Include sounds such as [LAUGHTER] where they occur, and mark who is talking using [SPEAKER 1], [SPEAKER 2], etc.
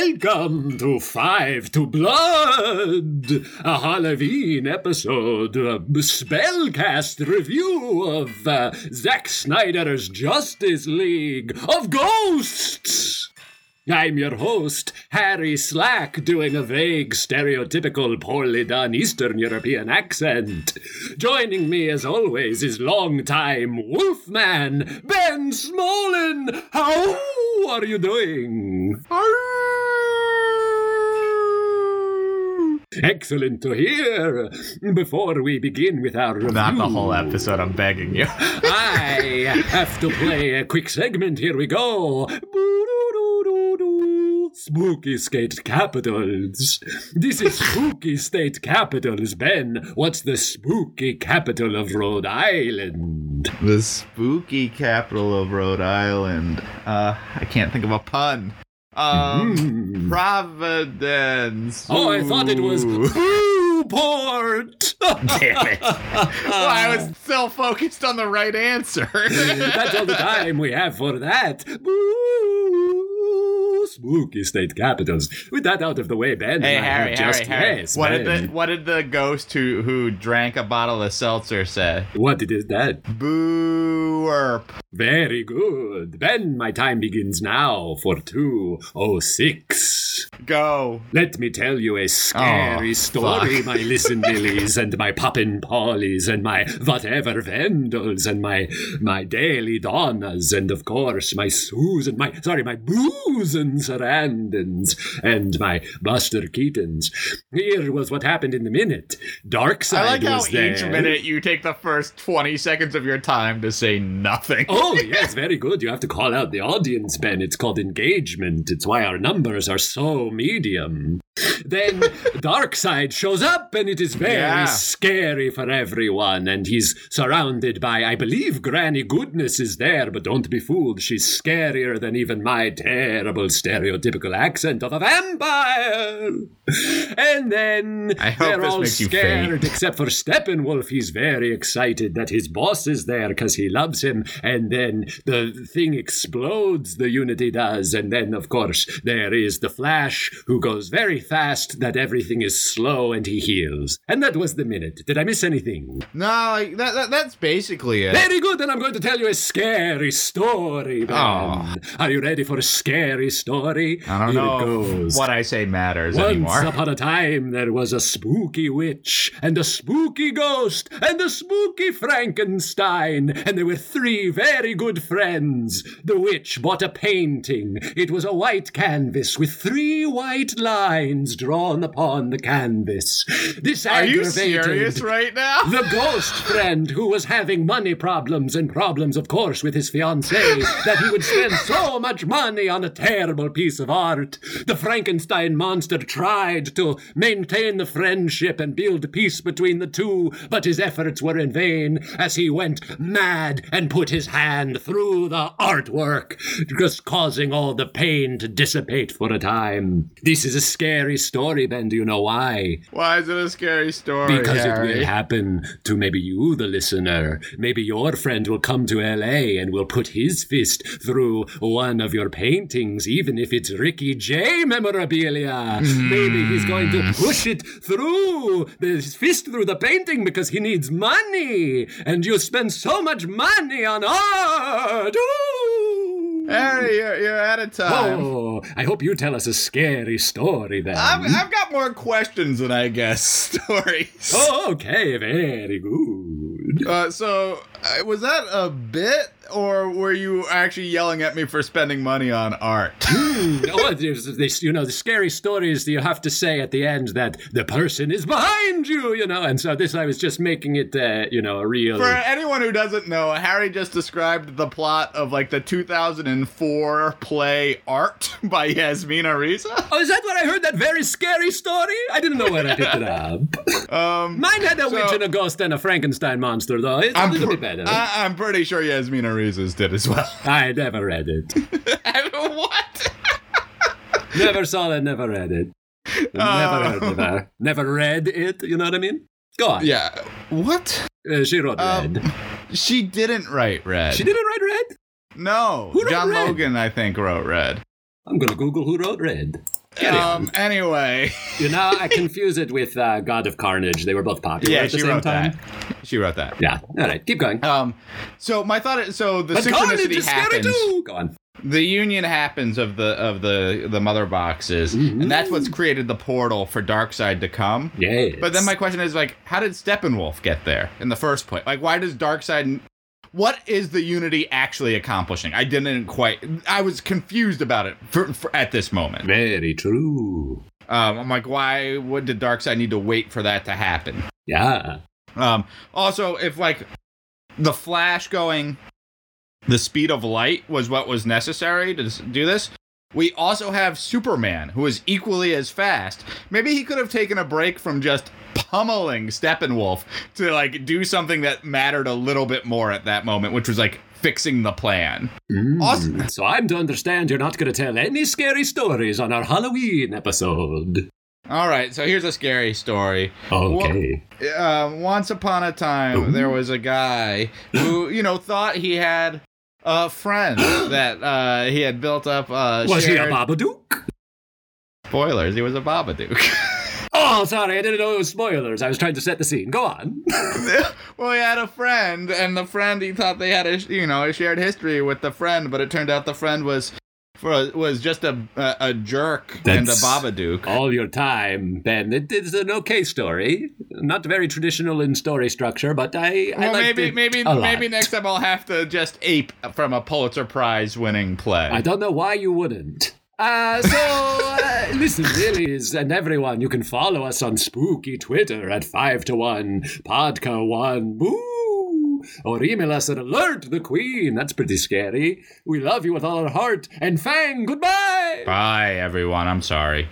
[SPEAKER 1] Welcome to Five to Blood, a Halloween episode, a spellcast review of uh, Zack Snyder's Justice League of Ghosts. I'm your host, Harry Slack, doing a vague, stereotypical, poorly done Eastern European accent. Joining me, as always, is longtime Wolfman, Ben Smolin. How are you doing? Excellent to hear. Before we begin with our review,
[SPEAKER 2] Not the whole episode, I'm begging you. [LAUGHS]
[SPEAKER 1] I have to play a quick segment. Here we go. Spooky State Capitals. This is Spooky State Capitals, Ben. What's the spooky capital of Rhode Island?
[SPEAKER 2] the spooky capital of Rhode Island. Uh, I can't think of a pun. Um,
[SPEAKER 1] Hmm.
[SPEAKER 2] Providence.
[SPEAKER 1] Oh, I thought it was [LAUGHS]
[SPEAKER 2] Ooh.
[SPEAKER 1] Newport.
[SPEAKER 2] Damn it. well, I was so focused on the right answer. [LAUGHS]
[SPEAKER 1] That's all the time we have for that. Boo! Spooky state capitals. With that out of the way, Ben,
[SPEAKER 2] Hey
[SPEAKER 1] and I
[SPEAKER 2] Harry,
[SPEAKER 1] have
[SPEAKER 2] Harry,
[SPEAKER 1] just
[SPEAKER 2] Harry.
[SPEAKER 1] yes,
[SPEAKER 2] what
[SPEAKER 1] ben.
[SPEAKER 2] did the What did the ghost who who drank a bottle of seltzer say?
[SPEAKER 1] What it is that?
[SPEAKER 2] Boo Burp.
[SPEAKER 1] Very good. Ben, my time begins now for 206.
[SPEAKER 2] Go.
[SPEAKER 1] Let me tell you a scary
[SPEAKER 2] Oh,
[SPEAKER 1] story,
[SPEAKER 2] fuck.
[SPEAKER 1] my listen lilies and my poppin' pollies and my whatever vendals and my my daily donnas and of course my Susan, my sorry, my booze and sarandons and my Buster Keatons. Here was what happened in the minute. Dark
[SPEAKER 2] I
[SPEAKER 1] side
[SPEAKER 2] like how
[SPEAKER 1] was there.
[SPEAKER 2] each minute you take the first 20 seconds of your time to say nothing.
[SPEAKER 1] [LAUGHS] Oh, yes, very good. You have to call out the audience, Ben. It's called engagement. It's why our numbers are so medium. Then Darkseid shows up, and it is very
[SPEAKER 2] Yeah.
[SPEAKER 1] scary for everyone. And he's surrounded by, I believe, Granny Goodness is there, but don't be fooled. She's scarier than even my terrible stereotypical accent of a vampire. And then
[SPEAKER 2] I hope
[SPEAKER 1] they're
[SPEAKER 2] this
[SPEAKER 1] all
[SPEAKER 2] makes you
[SPEAKER 1] scared
[SPEAKER 2] faint.
[SPEAKER 1] except for Steppenwolf. He's very excited that his boss is there because he loves him. And then the thing explodes, the Unity does. And then, of course, there is the Flash who goes very fast, that everything is slow, and he heals. And that was the minute. Did I miss anything?
[SPEAKER 2] [LAUGHS] No, like that, that that's basically it.
[SPEAKER 1] Very good, and I'm going to tell you a scary story. Ben.
[SPEAKER 2] Oh.
[SPEAKER 1] Are you ready for a scary story?
[SPEAKER 2] I don't
[SPEAKER 1] Here
[SPEAKER 2] know
[SPEAKER 1] It goes.
[SPEAKER 2] if what I say matters
[SPEAKER 1] Once
[SPEAKER 2] anymore.
[SPEAKER 1] upon a time, there was a spooky witch, and a spooky ghost, and a spooky Frankenstein, and there were three very good friends. The witch bought a painting. It was a white canvas with three white lines drawn upon the canvas. This
[SPEAKER 2] [LAUGHS] Are you
[SPEAKER 1] aggravated
[SPEAKER 2] serious right [LAUGHS] now?
[SPEAKER 1] [LAUGHS] the ghost friend who was having money problems and problems, of course, with his fiancée, that he would spend so much money on a terrible piece of art. The Frankenstein monster tried to maintain the friendship and build peace between the two, but his efforts were in vain as he went mad and put his hand through the artwork, just causing all the pain to dissipate for a time. This is a scary story, Ben. Do you know why?
[SPEAKER 2] Why is it a scary story?
[SPEAKER 1] Because
[SPEAKER 2] Harry?
[SPEAKER 1] it will happen to maybe you, the listener. Maybe your friend will come to LA and will put his fist through one of your paintings, even if it's Ricky J memorabilia. Maybe he's going to push it through his fist through the painting because he needs money. And you spend so much money on art. Ooh.
[SPEAKER 2] Harry, you're, you're out of time.
[SPEAKER 1] Oh, I hope you tell us a scary story then.
[SPEAKER 2] I've, I've got more questions than I guess [LAUGHS] stories.
[SPEAKER 1] oh, okay, very good.
[SPEAKER 2] Uh, so, uh, was that a bit, or were you actually yelling at me for spending money on art? [LAUGHS]
[SPEAKER 1] oh, there's this, you know, the scary stories that you have to say at the end that the person is behind you, you know. And so this, I was just making it, uh, you know, a real.
[SPEAKER 2] For anyone who doesn't know, Harry just described the plot of like the 2004 play Art [LAUGHS] by Yasmina Reza.
[SPEAKER 1] Oh, is that what I heard? That very scary story? I didn't know where I picked it
[SPEAKER 2] [LAUGHS]
[SPEAKER 1] up.
[SPEAKER 2] Um,
[SPEAKER 1] Mine had a
[SPEAKER 2] So-
[SPEAKER 1] witch and a ghost and a Frankenstein monster, though. It's a little
[SPEAKER 2] pr- uh,
[SPEAKER 1] bit better.
[SPEAKER 2] I- I'm pretty sure Yasmina Reza's did
[SPEAKER 1] [LAUGHS]
[SPEAKER 2] as well. [LAUGHS]
[SPEAKER 1] I never read it.
[SPEAKER 2] what?
[SPEAKER 1] never saw it. Never read it. Never
[SPEAKER 2] Oh.
[SPEAKER 1] heard of her. Never read it. You know what I mean? Go on.
[SPEAKER 2] Yeah. What?
[SPEAKER 1] Uh, she wrote
[SPEAKER 2] Um,
[SPEAKER 1] Red.
[SPEAKER 2] She didn't write Red.
[SPEAKER 1] She didn't write Red.
[SPEAKER 2] No.
[SPEAKER 1] Who wrote
[SPEAKER 2] John
[SPEAKER 1] Red?
[SPEAKER 2] Logan, I think, wrote Red.
[SPEAKER 1] I'm going to Google who wrote Red. Get it.
[SPEAKER 2] Um. Anyway,
[SPEAKER 1] You know, I confuse it with uh, God of Carnage. They were both popular
[SPEAKER 2] yeah,
[SPEAKER 1] at the
[SPEAKER 2] she
[SPEAKER 1] same
[SPEAKER 2] wrote
[SPEAKER 1] time.
[SPEAKER 2] that. She wrote that.
[SPEAKER 1] Yeah. All right, keep going.
[SPEAKER 2] Um. So my thought is, so the synchronicity happens.
[SPEAKER 1] Go on.
[SPEAKER 2] The union happens of the of the the mother boxes, and that's what's created the portal for Darkseid to come.
[SPEAKER 1] Yes.
[SPEAKER 2] But then my question is like, how did Steppenwolf get there in the first place? Like, why does Darkseid? What is the Unity actually accomplishing? I didn't quite. I was confused about it for, for, at this moment.
[SPEAKER 1] Very true.
[SPEAKER 2] Um, I'm like, why would did Darkseid need to wait for that to happen?
[SPEAKER 1] Yeah.
[SPEAKER 2] Um, also, if like the Flash going the speed of light was what was necessary to s- do this, we also have Superman who is equally as fast. Maybe he could have taken a break from just pummeling Steppenwolf to like do something that mattered a little bit more at that moment, which was like fixing the plan.
[SPEAKER 1] Mm.
[SPEAKER 2] Awesome.
[SPEAKER 1] So I'm to understand you're not going to tell any scary stories on our Halloween episode.
[SPEAKER 2] All right, so here's a scary story.
[SPEAKER 1] Okay.
[SPEAKER 2] uh, once upon a time
[SPEAKER 1] Ooh.
[SPEAKER 2] there was a guy who you know thought he had
[SPEAKER 1] [GASPS]
[SPEAKER 2] a friend that uh, he had built up uh,
[SPEAKER 1] Was he
[SPEAKER 2] shared
[SPEAKER 1] a Babadook?
[SPEAKER 2] spoilers he was a babadook [LAUGHS]
[SPEAKER 1] Oh, sorry, I didn't know it was spoilers. I was trying to set the scene. Go
[SPEAKER 2] [LAUGHS]
[SPEAKER 1] on.
[SPEAKER 2] well he had a friend and the friend he thought they had a sh- you know a shared history with the friend but it turned out the friend was for was just a a, a jerk and a
[SPEAKER 1] That's-
[SPEAKER 2] babadook
[SPEAKER 1] All your time, Ben. It is an okay story. Not very traditional in story structure, but I, I
[SPEAKER 2] well,
[SPEAKER 1] liked
[SPEAKER 2] maybe
[SPEAKER 1] it
[SPEAKER 2] maybe
[SPEAKER 1] a lot.
[SPEAKER 2] maybe next time I'll have to just ape from a Pulitzer Prize winning play.
[SPEAKER 1] I don't know why you wouldn't. Uh, so, uh, listen, Lilies and everyone, you can follow us on spooky Twitter at 5 to 1 Podca 1 Boo! Or email us at alert the queen. That's pretty scary. We love you with all our heart. And Fang, goodbye!
[SPEAKER 2] Bye everyone. I'm sorry.